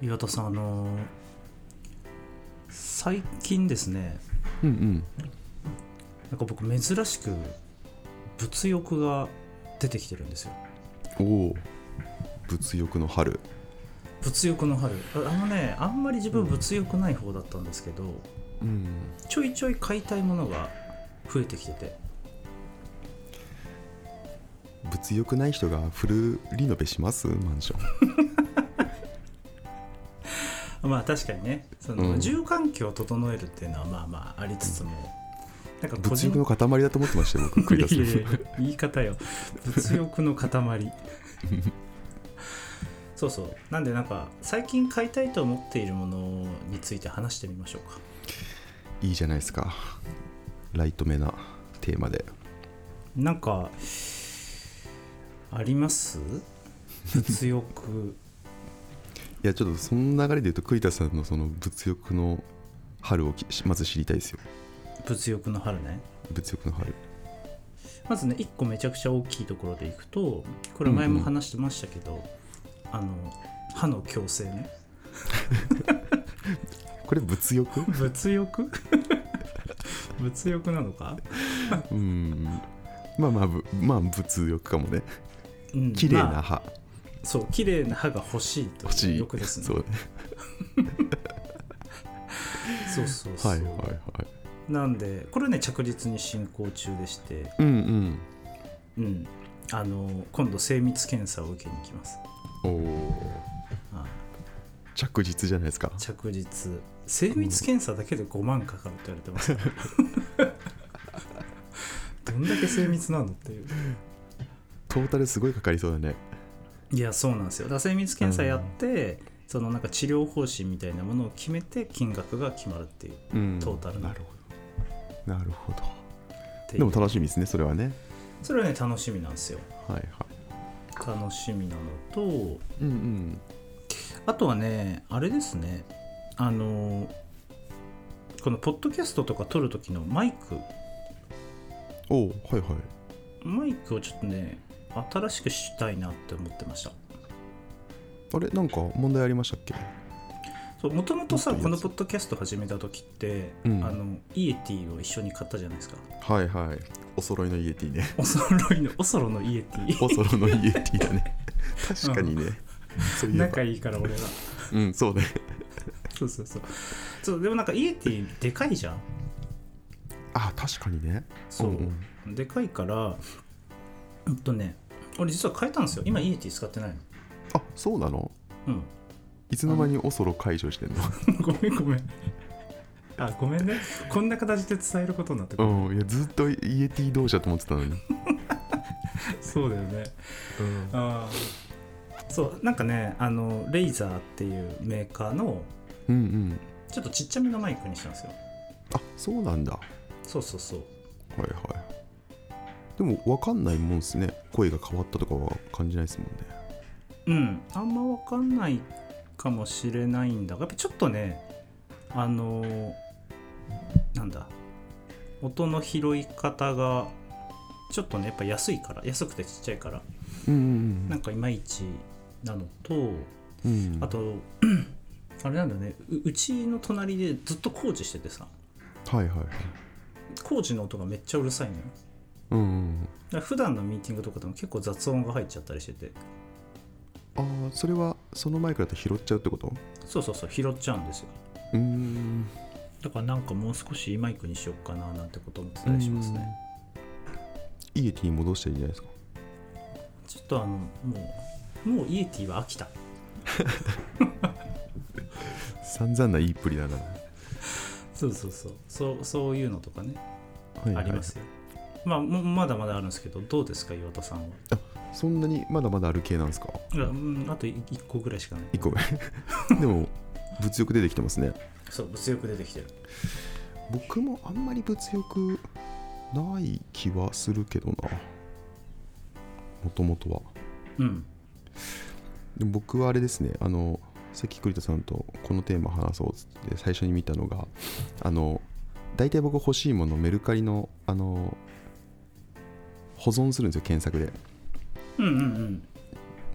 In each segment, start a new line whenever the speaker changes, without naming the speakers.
岩田さんあのー最近ですね
うんうん
なんか僕珍しく物欲が出てきてるんですよ
おお物欲の春
物欲の春ああのねあんまり自分物欲ない方だったんですけど、
うん
ちょいちょい買いたいものが増えてきてて
物欲ない人がフルリノベしますマンション
まあ確かにねその、
うん
住環境を整えるっていうのはまあまあありつつもなんか個
物
人
欲の塊だと思ってましたよ僕繰り出
いやいやい
す
や言い方よ物欲の塊 そうそうなんでなんか最近買いたいと思っているものについて話してみましょうか
いいじゃないですかライトめなテーマで
なんかあります物欲
いやちょっとその流れで言うと栗田さんのその物欲の春をきまず知りたいですよ
物欲の春ね
物欲の春
まずね1個めちゃくちゃ大きいところでいくとこれ前も話してましたけど、あの歯の矯正ね
これ 物欲
物欲物欲なのか、
うんまあまあぶまあ物欲かもね
うん
綺麗
まあ
な歯、
そう綺麗な歯が欲しいという
欲しい
欲ですね
そう
そうそうそう、
はいはいはい
なんでこれね着実に進行中でして
うん
うんあの今度精密検査を受けに行きます
うんおお
あ
着実じゃないですか
着実精密検査だけで5万かかるって言われて ますからどんだけ精密なのっていう
トータルすごいかかりそうだね
いやそうなんですよだから精密検査やって、そのなんか治療方針みたいなものを決めて金額が決まるっていう
うん
トータルの
なるほどなるほど
ってい
で
う
も楽しみですねそれはね
それはね楽しみなんですよ
はいはい
楽しみなのと
うんうん
あとはね、あれですね、あのこのポッドキャストとか撮る時のマイク、
おおはいはい
マイクをちょっとね、新しくしたいなって思ってました。
あれなんか問題ありましたっけ
そうもともとさ、
もっと
こ
いい
の
やつ
ポッドキャスト始めた時って、
うん
あのイエティを一緒に買ったじゃないですか。
はいはいお揃いのイエテ ィね
お揃いの、おそろのイエティ。
お揃いのイエティだね確かにね、そういえば
仲いいから俺が。
うんそうね
そうそうそう。そうでもなんかイエティでかいじゃん。
あ確かにね
そう、
うん
でかいから、うんとね、俺実は変えたんですよ。今イエティ使ってないの。
あそうなの
うん。
いつの間におそろ解除してんの
ごめんごめん。あ、ごめんね。こんな形で伝えることになってくる。
うんいやずっとイエティ同士だと思ってたのに、
そうだよね。あーそう、なんかね、あの、レイザーっていうメーカーの、
うんうん
ちょっとちっちゃめのマイクにしたんですよ。
あそうなんだ
そうそうそう。
はいはいでも分かんないもんですね声が変わったとかは感じないですもんね
うん。あんまわかんないかもしれないんだが、やっぱちょっとね、あのーなんだ、音の拾い方が、ちょっとね、やっぱ安いから、安くてちっちゃいから、
うん
なんかいまいちなのと、
うんうん
あと あれなんだよねううちの隣でずっと工事しててさ
はいはいはい
工事の音がめっちゃうるさいのよ
うんうん
だから普段のミーティングとかでも結構雑音が入っちゃったりしてて
ああそれはその前からと拾っちゃうってこと
そうそうそう拾っちゃうんですよ
うーん
だからなんかもう少しいいマイクにしようかななんてこと思ってたりしますね
イエティに戻したらいいんじゃないです
ち
か
ょっとあのもうもうイエティは飽きた
散々ないいっぷりだな、
そうそうそうそうそういうのとかね、
はいはい
ありますよまあもまだまだあるんですけどどうですか岩田さんは
そんなにまだまだある系なんですか
いやうんあと1個ぐらいしかない
1個目でも物欲出てきてますね
そう物欲出てきてる
僕もあんまり物欲ない気はするけどなもともとは
うん
でも僕はあれですねあのさっき栗田さんとこのテーマ話そうっつって最初に見たのがあの大体僕欲しいものメルカリのあの保存するんですよ検索で
うんうんうん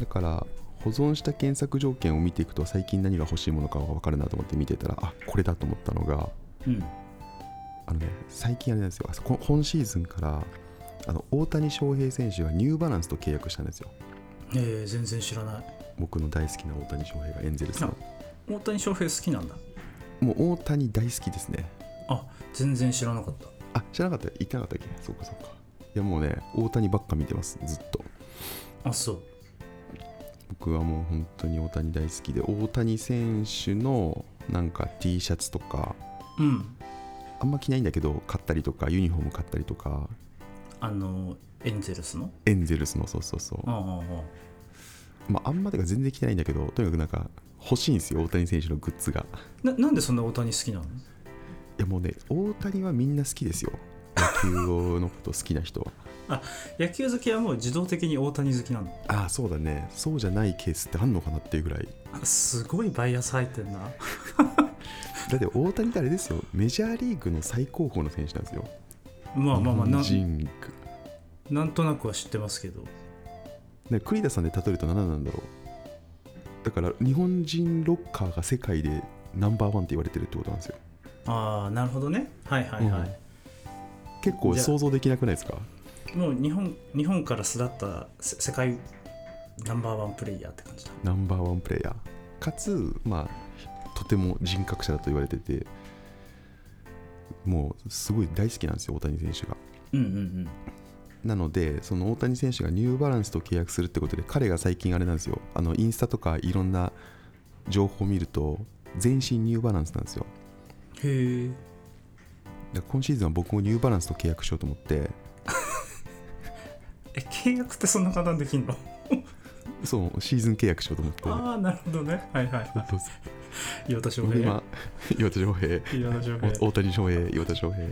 だから保存した検索条件を見ていくと最近何が欲しいものかが分かるなと思って見てたらあこれだと思ったのが
うん
あのね最近あれなんですよあそこ今シーズンからあの大谷翔平選手がニューバランスと契約したんですよ
えー、全然知らない
僕の大好きな大谷翔平がエンゼルスの
大谷翔平好きなんだ
もう大谷大好きですね
あ全然知らなかった
あ知らなかった言ってなかったっけそうかそうかいやもうね大谷ばっか見てますずっと
あそう
僕はもう本当に大谷大好きで大谷選手のなんか T シャツとか
うん
あんま着ないんだけど買ったりとかユニフォーム買ったりとか
あのエンゼルスの
エンゼルスのそうそうそう
ああ
まああんまでか全然着てないんだけどとにかくなんか欲しいんですよ大谷選手のグッズが
ななんでそんな大谷好きなの
いやもうね大谷はみんな好きですよ野球のこと好きな人は
野球好きはもう自動的に大谷好きなの
ああそうだねそうじゃないケースってあんのかなっていうぐらい
あすごいバイアス入ってんな
だって大谷ってあれですよメジャーリーグの最高峰の選手なんですよ
まあまあまあな
日本人リーグ
なんとなくは知ってますけど
ね栗田さんで例えると何なんだろうだから日本人ロッカーが世界でナンバーワンって言われてるってことなんですよ
ああなるほどねはいはいはい、
結構
じゃあ
想像できなくないですか
もう日本日本から巣立ったせ世界ナンバーワンプレイヤーって感じだ
ナンバーワンプレイヤーかつまあとても人格者だと言われててもうすごい大好きなんですよ大谷選手が
うんうんうん
なのでその大谷選手がニューバランスと契約するってことで彼が最近あれなんですよあのインスタとかいろんな情報を見ると全身ニューバランスなんですよ
へえ
だから今シーズンは僕もニューバランスと契約しようと思って
え契約ってそんな簡単にできんの
そうシーズン契約しようと思って
ああなるほどねはいはいは
そうそ
い岩田
う
翔
俺
平
今岩田翔平
岩田翔平
お大谷翔平岩田翔平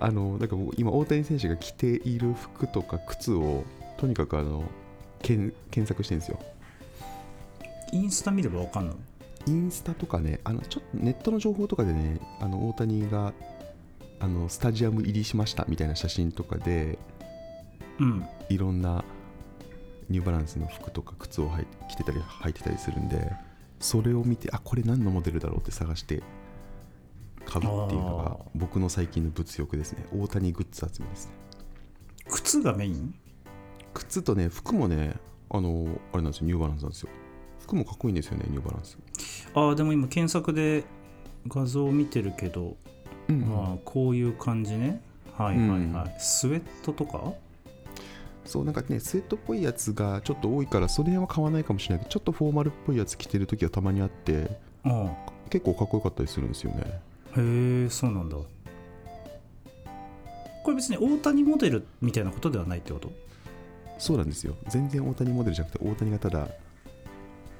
あのだからもう今大谷選手が着ている服とか靴をとにかくあの検検索してるんですよ
うん、インスタ見ればわかんの
インスタとかねあのちょっとネットの情報とかでねあの大谷があのスタジアム入りしましたみたいな写真とかで
うん
いろんなニューバランスの服とか靴を履い着てたり履いてたりするんでそれを見てあこれ何のモデルだろうって探して買うっていうのが
あー
僕の最近の物欲ですね大谷グッズ集めですね
靴がメイン
靴とね服もねあのあれなんですよニューバランスなんですよ服もかっこいいんですよねニューバランス
ああでも今検索で画像を見てるけど、
うん
ああこういう感じねはいはいはい、スウェットとか
そうなんかねスウェットっぽいやつがちょっと多いからその辺は買わないかもしれないけどちょっとフォーマルっぽいやつ着てる時はたまにあって
ああ
結構かっこよかったりするんですよね
へえそうなんだこれ別に大谷モデルみたいなことではないってこと
そうなんですよ全然大谷モデルじゃなくて大谷がただ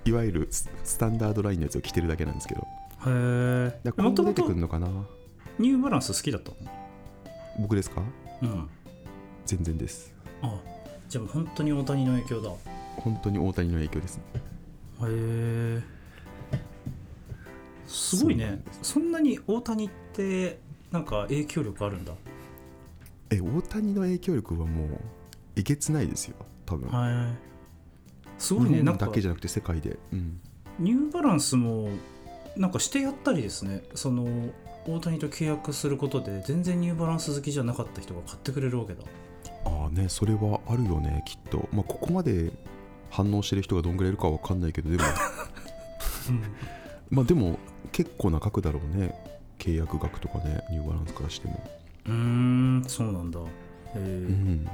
いわゆるススタンダードラインのやつを着てるだけなんですけど
へえ
だから
も
今
と
後
も
出て
と
くるのかな
ニューバランス好きだったの
僕ですか
うん
全然です
あじゃあもう本当に大谷の影響だへ
本当に大谷の影響です
えすごい
そうな
ね
んです
そんなに大谷ってなんか影響力あるんだ
え大谷の影響力はもうえげつないですよ多分
はいすごいね
日
な
本
んか
だけじゃなくて世界で、うん、
ニューバランスもなんかしてやったりですねその大谷と契約することで全然ニューバランス好きじゃなかった人が買ってくれるわけだ
ああねそれはあるよねきっと、まあ、ここまで反応してる人がどんぐらいいるかは分かんないけどでも まあでも結構な額だろうね契約額とかねニューバランスからしても、
うんんそうなんだえー
うん、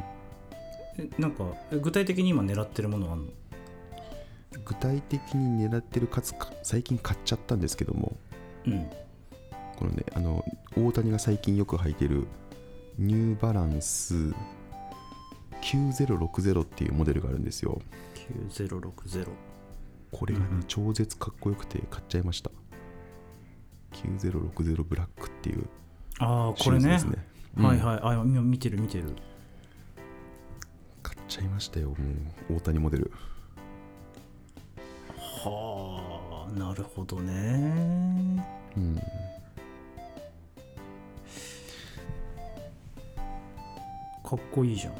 えなんかえ具体的に今狙ってるものあんの
具体的に狙ってるかつか最近買っちゃったんですけども
うん
このねあの大谷が最近よく履いてるニューバランス9060っていうモデルがあるんですよ
9060
これがね、
うんうん
超絶かっこよくて買っちゃいました9060ブラックっていう
ああ
シ
こ
リ
れ
ーズ
ね
ですねうん
はいはいあ今見てる見てる
買っちゃいましたよもう大谷モデル
はあなるほどね
うん
かっこいいじゃん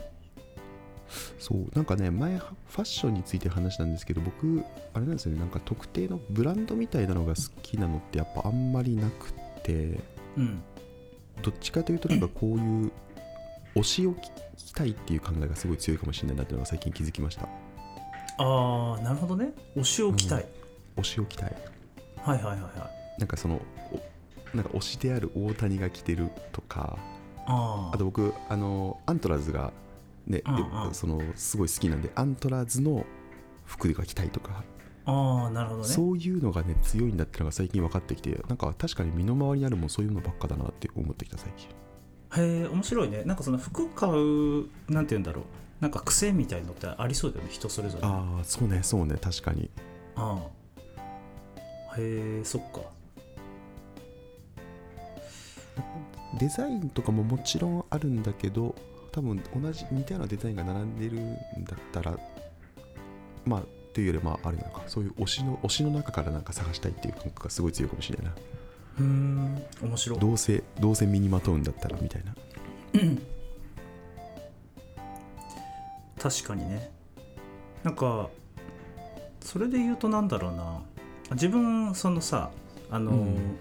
そうなんかね前ファッションについて話したんですけど僕あれなんですよねなんか特定のブランドみたいなのが好きなのってやっぱあんまりなくって
うん
どっちかという となんかこういう推しを聞きたいっていう考えがすごい強いかもしれないなっていうのが最近気づきました
ああなるほどね推しを期待、
推しを着たい
はいはいはいはい
なんかそのおなんか推しである大谷が着てるとか
あ
あと僕あのアントラーズがね、
うんうん
そのすごい好きなんでアントラーズの服が着たいとか
あああなるほどね
そういうのがね強いんだってのが最近分かってきてなんか確かに身の回りにあるもんそういうのばっかだなって思ってきた最近
へえ面白いねなんかその服買うなんて言うんだろうなんか癖みたいのってありそうだよね人それぞれあ
ああそうねそうね確かに
あへえそっか
デザインとかももちろんあるんだけど多分同じ似たようなデザインが並んでるんだったらまあというよりまああれなのかそういう推しの推しの中からなんか探したいっていう感覚がすごい強いかもしれないな
うーん面白い
どうせどうせ身にまとうんだったらみたいな
確かにねなんかそれで言うとなんだろうな自分そのさあの、
うん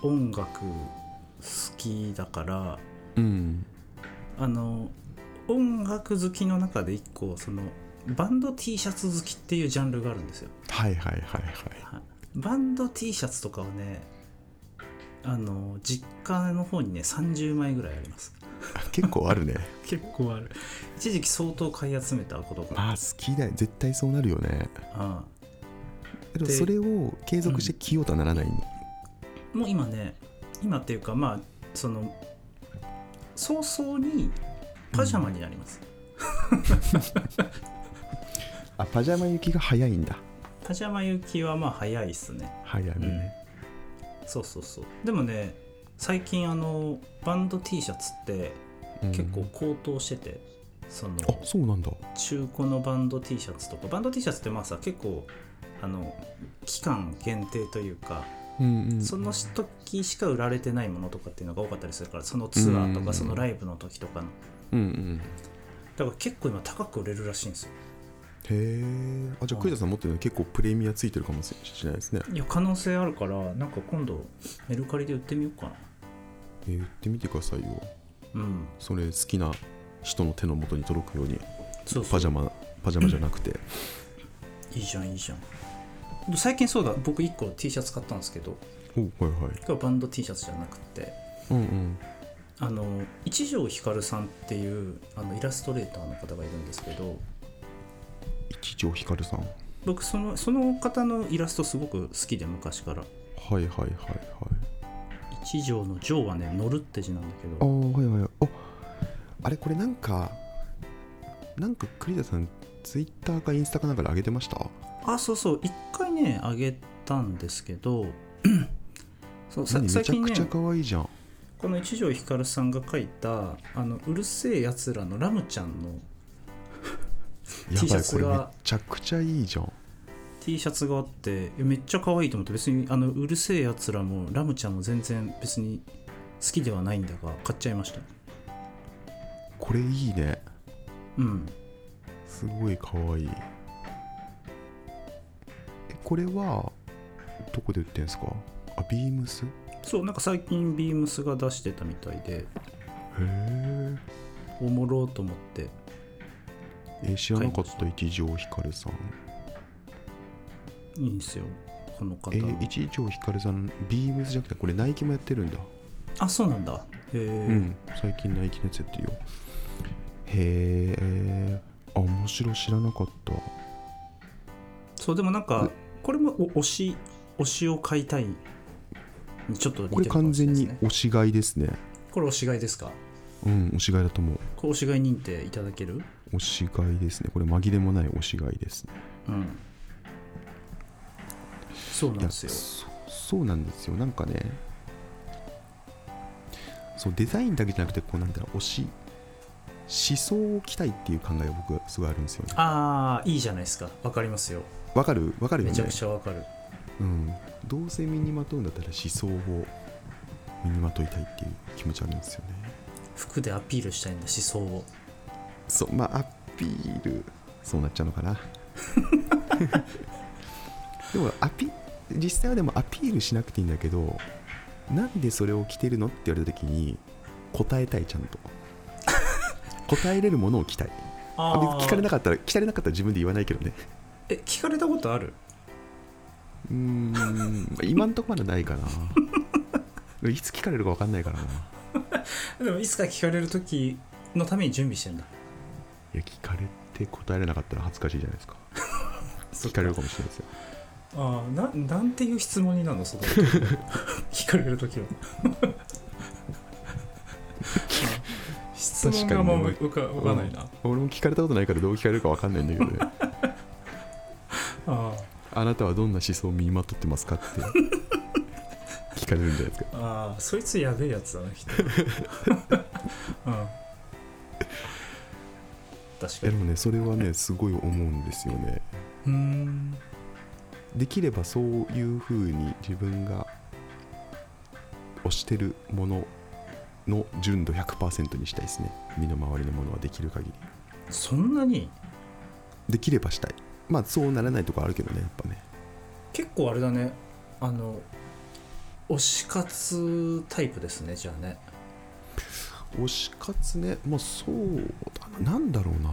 音楽好きだから
うん
あの音楽好きの中で一個そのバンド T シャツ好きっていうジャンルがあるんですよ
はいはいはいはい
はいバンド T シャツとかはねあの実家の方にね30枚ぐらいあります
結構あるね
結構ある一時期相当買い集めたことが
まあ好きだよ絶対そうなるよね
あ
でも
で
それを継続して着ようとはならないの、
もう今ね今っていうかまあその早々にパジャマになります、
あパジャマ行きが早いんだ
パジャマ行きはまあ早いっすね
早めね、
そうそうそうでもね最近あのバンド T シャツって
うん
結構高騰してて、その
あそうなんだ
中古のバンド T シャツとかバンド T シャツってまあさ結構あの期間限定というか、
うんうん
その時しか売られてないものとかっていうのが多かったりするからそのツアーと
うん
かそのライブの時とかの
うんうん
だから結構今高く売れるらしいんですよ
へえあじゃあ栗田さん持ってるの結構プレミアついてるかもしれないですね、
いや可能性あるからなんか今度メルカリで売ってみようかな
えー、言ってみてくださいよ
うん
それ好きな人の手の元に届くように
そうそ
パ
う
ジャマパジャマじゃなくて、
いいじゃんいいじゃん最近そうだ僕1個 T シャツ買ったんですけど
おはいはい
今日はバンド T シャツじゃなくて
うんうん
あの一条ひかるさんっていうあのイラストレーターの方がいるんですけど
一条ひかるさんはい
僕そのその方のイラストすごく好きで昔から
はいはいはい
一条の「条」はね「乗る」って字なんだけ
あ
ど
ーはいはいはいああれこれなんかなんか栗田さんツイッターかインスタかなんかで上げてました
あそうそう一回ねあげたんですけど そうさ
何め
最
ちゃ
近
く
ね
ちゃ可愛いじゃん
この一条ひかるさんが書いた「あのうるせえやつら」のラムちゃんの
や
T シャ
ばいこ
ツ
れめ
が
ちゃくちゃいいじゃん
T シャツがあってえめっちゃ可愛いと思って別にあのうるせえやつらもラムちゃんも全然別に好きではないんだが買っちゃいました
これいいね
うん
すごい可愛いえこれはどこで売ってんですかあビームスへ
そうなんか最近ビームスが出してたみたいで
え
おもろうと思って
え知らなかった一条ひかるさん
いいんですよこの方
えー一条ひかるさんビームスじゃなくてこれナイキもやってるんだ
あそうなんだへえ、
うん、最近ナイキのやつやってるよへえあ面白い知らなかった
そうでもなんかこれもお推し推しを買いたいにちょっと似て
これ
るか
完
もしれ
全
ないです
に
ね
推し買いですね
これ推し買いですか
うん推し買いだと思う
これ推し買い認定いただける
推し買いですねこれ紛れもない推し買いですね
うんそうなん
いや
ですよ
そそうなんですよなんかねそうデザインだけじゃなくてこうなんだろう推し思想を着たいっていう考えが僕はすごいあるんですよね
ああいいじゃないですかわかりますよ
わかるわかるよ
め
ね
ちゃくちゃわかる
うん、どうせ身にまとうんだったら思想を身にまといたいっていう気持ちあるんですよね
服でアピールしたいんだ思想を
そうまあアピールそうなっちゃうのか なでもアピ実際はでもアピールしなくていいんだけどなんでそれを着てるのって言われた時に答えたいちゃんと答えれるものを着たい
あ
あ別に聞かれ
ー
なかったら聞かれなかったら自分で言わないけどね
え聞かれたことある
うーん今んとこまだないかないつ聞かれるか分かんないからな
でもいつか聞かれる時のために準備してんだ
いや聞かれて答えれなかったら恥ずかしいじゃない ですか聞かれるかもしれないですよ
ああななんていう質問になるのその 聞かれる時はあ質問がもう浮か浮かないな、
俺も聞かれたことないからどう聞かれるか分かんないんだけど ね
あ
あなたはどんな思想を身にまとってますかって聞かれるんじゃないですか
あああそいつやべえやつだな 人うん確
い
か
や
に
でもねそれはねすごい思うんですよね
うーん
できればそういう風に自分が推してるものの純度100%にしたいですね身の回りのものはできる限り
そんなに
できればしたいまあそうならないとこあるけどねやっぱね
結構あれだねあの推し活タイプですねじゃあね
推し活ねまあそうだななんだろうな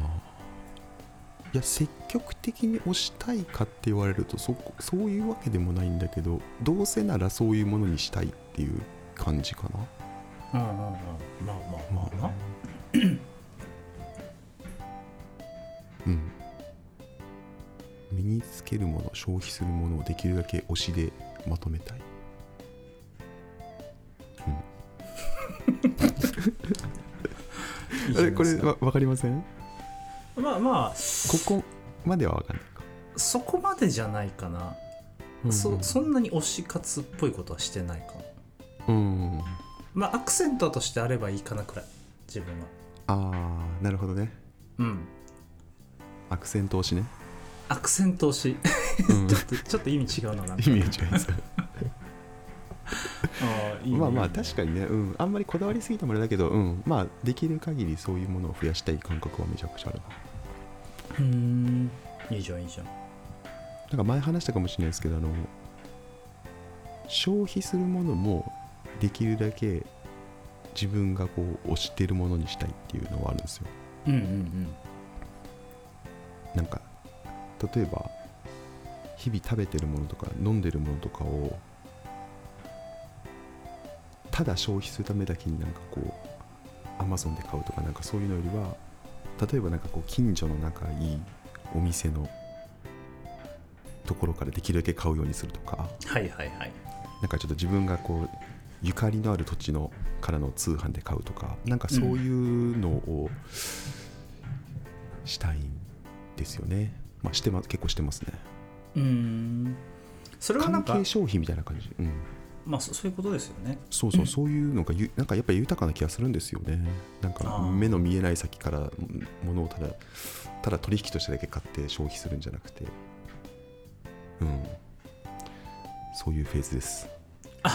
いや積極的に推したいかって言われるとそこそういうわけでもないんだけどどうせならそういうものにしたいっていう感じかな
うんうんうんまあまあまあま あ
うん身につけるもの消費するものをできるだけ推しでまとめたい
いいじゃな
あれ
い
こ
で
れ
すか
わ分かりません
まあまあ
ここまでは分かんないか、
そこまでじゃないかな、そそんなに推し活っぽいことはしてないかな
うん
まあアクセントとしてあればいいかなくらい自分は
ああなるほどね
うん
アクセント推しね、
アクセント推し
うん、
ちょっとちょっと意味違うななんか
意味が違います
あ ーいいね
まあま
い
あ
いね
確かにね、うん、あんまりこだわりすぎてもあれだけど、うん、まあできる限りそういうものを増やしたい感覚はめちゃくちゃあるな
うーんいいじゃんいいじゃん
なんか前話したかもしれないですけどあの消費するものもできるだけ自分がこう推してるものにしたいっていうのはあるんですよ
うんうんうん
なんか例えば日々食べてるものとか飲んでるものとかをただ消費するためだけになんかこうアマゾンで買うとかなんかそういうのよりは例えばなんかこう近所の仲いいお店のところからできるだけ買うようにするとか
はいはいはい
なんかちょっと自分がこうゆかりのある土地のからの通販で買うとかなんかそういうのをしたいんですよね、まあしてます結構してますね
うーんそれはな
関
んか
係消費みたいな感じ、うん、
まあそそういうことですよね
そうそうそういうのがゆなんかやっぱり豊かな気がするんですよねなんか
あー
目の見えない先からうんものをただただ取引としてだけ買って消費するんじゃなくてうんそういうフェーズです
フ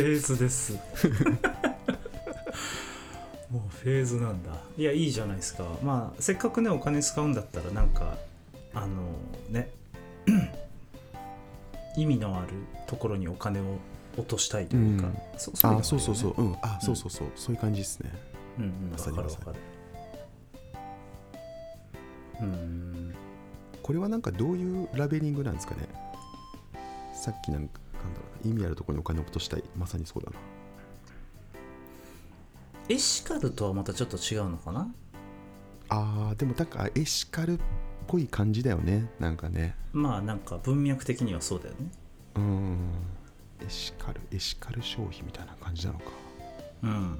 ェーズですもうフェーズなんだいやいいじゃないですかまあせっかくねお金使うんだったらなんかあのね 意味のあるところにお金を落としたいというか、
うん
そそいの
あ
が
ーそうそう
る
そ
よ
う
ね、
うん、あそうそうそう、そういう感じですね
うんうん、
ま
わ
さ
か
に
るわかるうん
これはなんかどういうラベリングなんですかねさっきなんかなんだろうな意味あるところにお金を落としたいまさにそうだな
エシカルとはまたちょっと違うのかな
あーでもなんかエシカルっぽい感じだよねなんかね
まあなんか文脈的にはそうだよね
うんエシカルエシカル消費みたいな感じなのか
うん、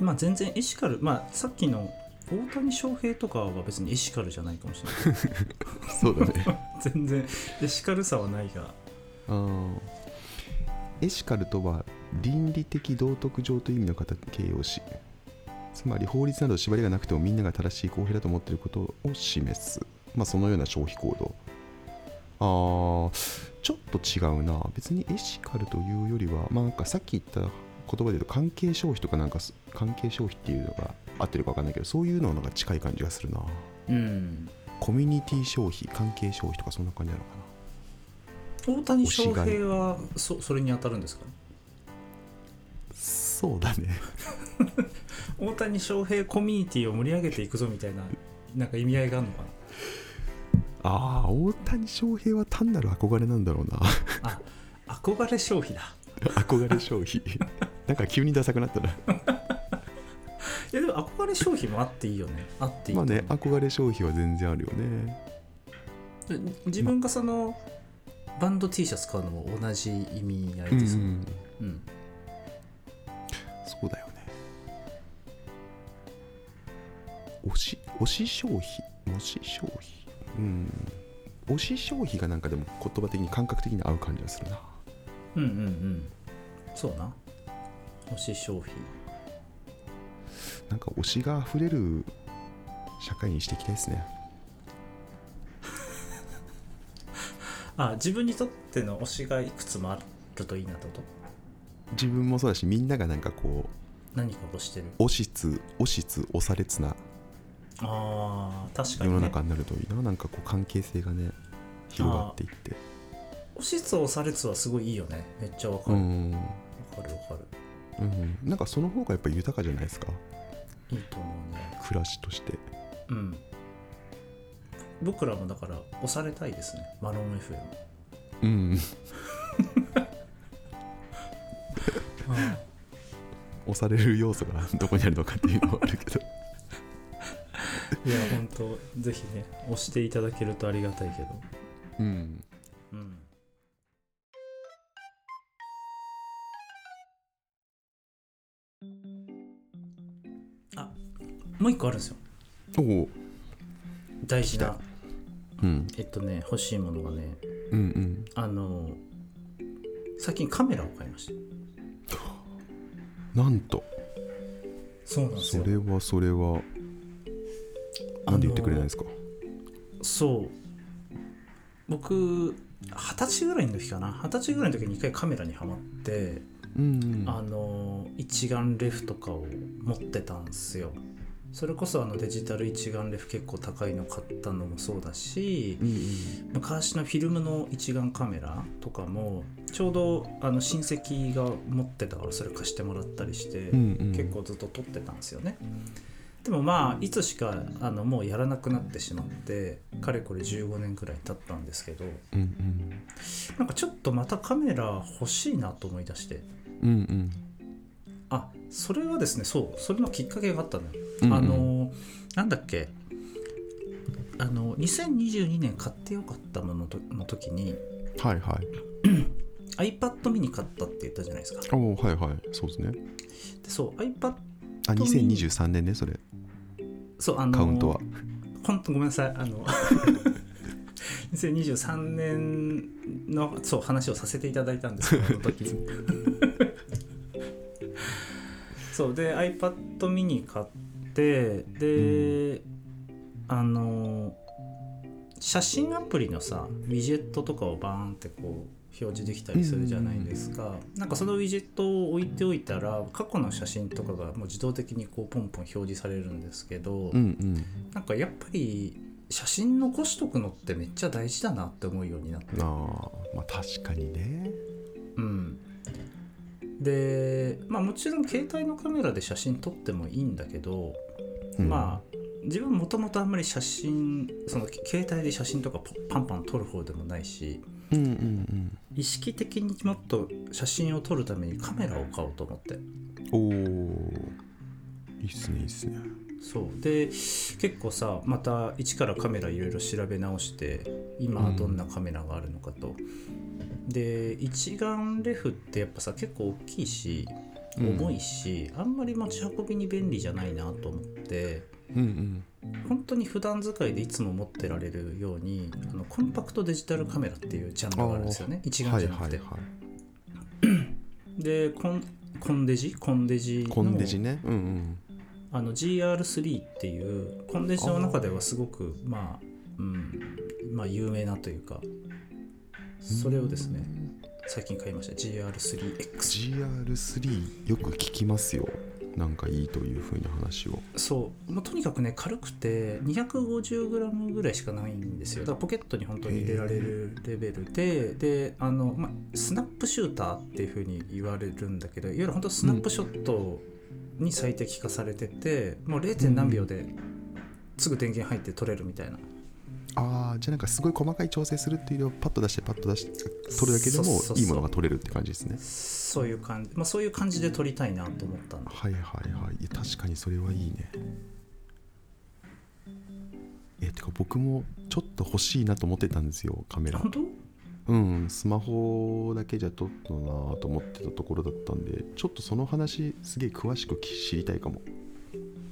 まあ全然エシカル、まあ、さっきの大谷翔平とかは別にエシカルじゃないかもしれない
そうだね
全然エシカルさはないが
うんエシカルとは倫理的道徳上という意味の形形容詞つまり法律など縛りがなくてもみんなが正しい公平だと思っていることを示す、まあ、そのような消費行動あーちょっと違うな別にエシカルというよりは、まあ、なんかさっき言った言葉で言うと関係消費とかなんかす関係消費っていうのが合ってるか分かんないけどそういうのはなんか近い感じがするな
うん
コミュニティ消費関係消費とかそんな感じなのかな
大谷翔
推しがい
平はそそれに当たるんですか
そうだね
大谷翔平コミュニティを盛り上げていくぞみたいななんか意味合いがあるのか
ああ大谷翔平は単なる憧れなんだろうな
なあ憧れ消費だ
憧れ消費 なんか急にダサくなったない
やでも憧れ消費もあっていいよねあっていい
ま
と
あ
思う
ね憧れ消費は全然あるよね
で自分がそのバンド T シャツ買うのも同じ意味合いですもん、
ん
うん
そうだよね推し推し消費推し消費うん推し消費がなんかでも言葉的に感覚的に合う感じがするな
うん、うんうんそうな推し消費
なんか推しが溢れる社会にしていきたいですね
あ自分にとっての推しがいくつもあるといいなってこと
自分もそうだしみんながなんかこ
何かを推してる
う推しつ推しつ推されつな
あー確か
世
に、
の
ね、
中になるといいな、なんかこう関係性がね広がっていって
推しつ推されつはすごいいいよねめっちゃわか
う
るわ、
ん
かるわかる
うんなんかその方がやっぱ豊かじゃないですか
いいと思うね
暮らしとして
うん僕らもだから押されたいですねマロン FM
うん押される要素がどこにあるのかっていうのはあるけど
いや本当ぜひね押していただけるとありがたいけど
うん
うんあもう一個あるんですよ
おお、
大事な
うん、
えっとね欲しいものがね
うんうん
あの最近カメラを買いました
なんと
そうなんです
そ
よ
れはそれはなんで言ってくれないんですか
そう僕二十歳ぐらいの時かな二十歳ぐらいの時に一回カメラにはまって、
うんうん
あの一眼レフとかを持ってたんですよそれこそあのデジタル一眼レフ結構高いの買ったのもそうだし
うん
昔のフィルムの一眼カメラとかもちょうどあの親戚が持ってたからそれ貸してもらったりして、
うんうんうん
結構ずっと撮ってたんですよねでもまあいつしかあのもうやらなくなってしまってかれこれ15年くらい経ったんですけど
うんうん
なんかちょっとまたカメラ欲しいなと思い出して
うんうん
あそれはですねそうそれのきっかけがあったのよ、
うん
あのなんだっけあの2022年買ってよかったものとの時に
はいはい
iPad ミニ買ったって言ったじゃないですか
おおはいはいそうですね
でそう iPad
あ2023年ねそれ
そうあの
カウントは
本当ごめんなさいあの 2023年のそう話をさせていただいたんですけどあの 時そうで iPad mini 買ってで、あの写真アプリのさウィジェットとかをバーンってこう表示できたりするじゃないですか、なんかそのウィジェットを置いておいたら過去の写真とかがもう自動的にこうポンポン表示されるんですけど、
うん
なんかやっぱり写真残しとくのってめっちゃ大事だなって思うようになって
うんあーまあ確かにね
うんでまあもちろん携帯のカメラで写真撮ってもいいんだけど、まあ自分もともとあんまり写真その携帯で写真とかポパンパン撮る方でもないし
あうんうん
意識的にもっと写真を撮るためにカメラを買おうと思って
うんおおいいっすねいいっすね
そうで結構さまた一からカメラいろいろ調べ直して今どんなカメラがあるのかと、で一眼レフってやっぱさ結構大きいし
うん
重いし、あんまり持ち運びに便利じゃないなと思って
うん
本当に普段使いでいつも持ってられるようにあのコンパクトデジタルカメラっていうジャンルがあるんですよね一
うん
眼
はい
じゃ
は
なく
い
て、
は
でコンコンデジコンデジ
い
の
コンデジねうんうん
あの GR3 っていうコンデジの中ではすごくまあ、うん、まあ有名なというかそれをですね最近買いました GR3X
GR3 よく聞きますよなんかいいというふうに話を
そう、まあ、とにかくね軽くて 250g ぐらいしかないんですよだからポケットに本当に入れられるレベルでであの、まあ、スナップシューターっていうふうに言われるんだけどいわゆる本当スナップショットに最適化されてて、もう 0. 何秒ですぐ電源入って取れるみたいな
ああじゃあなんかすごい細かい調整するっていうよりはパッと出してパッと出して取るだけで
そう
も
そうそう
いいものが取れるって感じですね
そういう感じ、まあ、そういう感じで撮りたいなと思ったんで
はいはいはいいや確かにそれはいいねえてか僕もちょっと欲しいなと思ってたんですよカメラ
本当
うんスマホだけじゃ撮ったなと思ってたところだったんでちょっとその話すげえ詳しく知りたいかも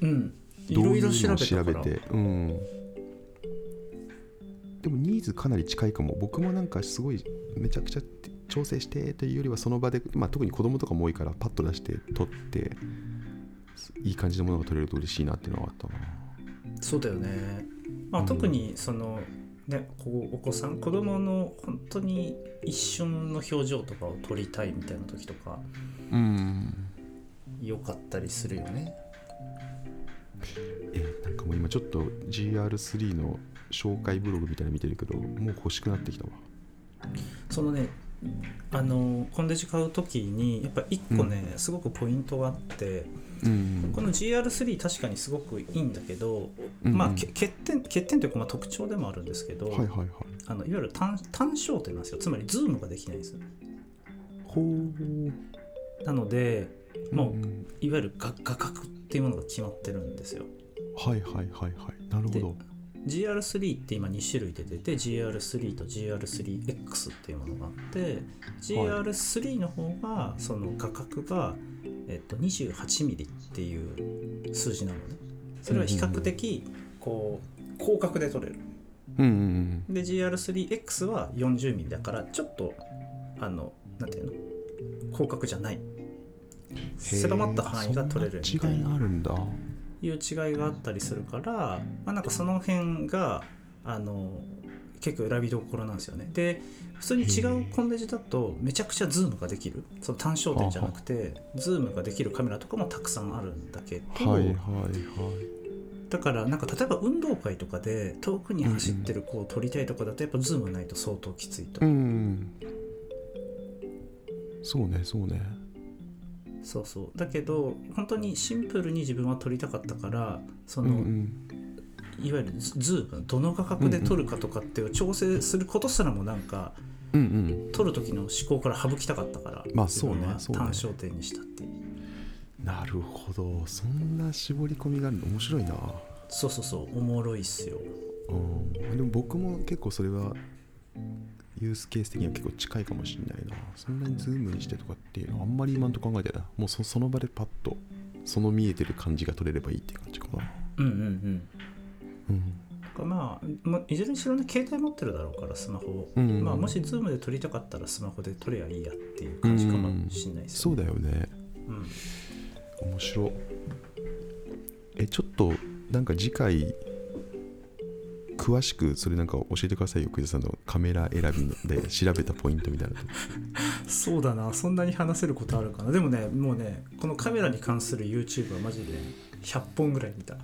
うんい
ど
ろ
う
いろ
いう
調
のを
べた
調
か
べ
ら
てうんでもニーズかなり近いかも僕もなんかすごいめちゃくちゃ調整してというよりはその場で、まあ、特に子供とかも多いからパッと出して撮っていい感じのものが撮れると嬉しいなっていうのはあったな
そうだよね、まあ、
うん
特にその、ね、こうお子さん子供の本当に一瞬の表情とかを撮りたいみたいな時とか
うん
良かったりするよね
えーなんかもう今ちょっと GR3 の紹介ブログみたいなの見てるけどもう欲しくなってきたわ
そのねあのコンデジ買う時にやっぱ1個ね、すごくポイントがあって
うん
この GR3 確かにすごくいいんだけど、
うん
まあ、
うん
け欠点欠点というかまあ特徴でもあるんですけど、
はいはいはい
あのいわゆる単単焦点なんですよつまりズームができないんですよ
ほう
なのでもう、
ん
いわゆる画画角っていうものが決まってるんですよ
はいはいはいはいなるほど
GR3 って今2種類出てて GR3 と GR3X っていうものがあって GR3 の方がその画角が、えっと、28mm っていう数字なのねそれは比較的こう広角で撮れる
うんうんうん
で GR3X は 40mm だからちょっとあのなんていうの広角じゃない狭まった範囲が取れるみ
そ
た
んない違いが
な
あるんだ
いう違いがあったりするから、まあ、なんかその辺があの結構選びどころなんですよねで普通に違うコンデジだとめちゃくちゃズームができるその単焦点じゃなくてズームができるカメラとかもたくさんあるんだけど、
はいはいはい
だからなんか例えば運動会とかで遠くに走ってる子を撮りたいとかだとやっぱズームないと相当きついと、
うんそうねそうね
そうそうだけど本当にシンプルに自分は撮りたかったからそ
うん
の、
うん
いわゆるズズームどの画角で撮るかとかっていう調整することすらもなんか
うんうん
撮る時の思考から省きたかったから
まあそうね
自分は
そう
単焦
ね
点にしたっていう
なるほどそんな絞り込みがあるの面白いな
そうそうそうおもろいっすよ
うんでも僕も結構それはユースケース的には結構近いかもしれないなそんなにズームにしてとかっていうのはあんまり今んとこ考えてないもうそその場でパッとその見えてる感じが取れればいいっていう感じかな
うんうんうん
うん
だからまあまいずれにしろね携帯持ってるだろうからスマホを、
うんうんうん
まあ、もしズームで撮りたかったらスマホで撮ればいいやっていう感じかもしれないです
そ
よ
う
ね、
だよね
うん
面白えちょっとなんか次回詳しくそれなんか教えてくださいよ久田さんのカメラ選びで調べたポイントみたいなの
そうだなそんなに話せることあるかなでもねもうねこのカメラに関する YouTube はマジで100本ぐらい見た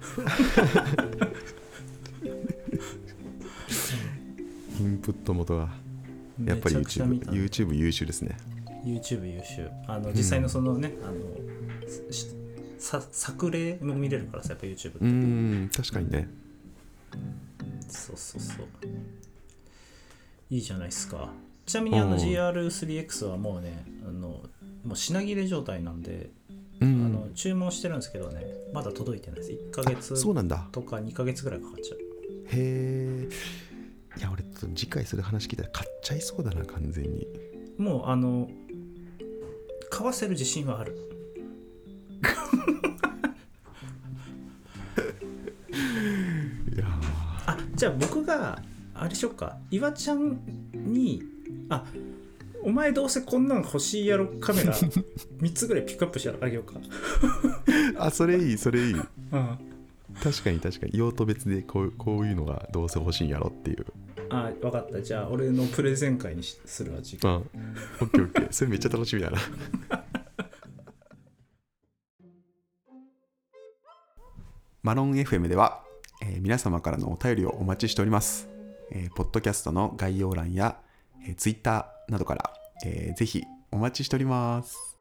インプット元が やっぱり
めちゃくちゃ
YouTube
見た
YouTube 優秀ですね
YouTube 優秀あの実際のそのね、あのしさ作例も見れるからさやっぱ YouTube って、
うん確かにね
そうそうそういいじゃないですかちなみにあ
う
の
ん
GR3X はもうねあのもう品切れ状態なんで、
うん
あの注文してるんですけどねまだ届いてないです1ヶ月
そうなんだ
とか2ヶ月ぐらいかかっちゃう
へえいや俺ちょっと次回する話聞いたら買っちゃいそうだな完全に
もうあの買わせる自信はある
いや
あじゃあ僕があれしよっか岩ちゃんにあお前どうせこんなん欲しいやろカ メラ3つぐらいピックアップしてあげようか
ーあそれいいそれいい
うん
確かに確かに用途別でこうこういうのがどうせ欲しいんやろっていう
あ分かったじゃあ俺のプレゼン会にしするわ次
う
回
んオ ッケーオッケーそれめっちゃ楽しみだなマロン FM では、えー皆様からのお便りをお待ちしております。えーポッドキャストの概要欄や、えー、Twitter などから、えーぜひお待ちしております。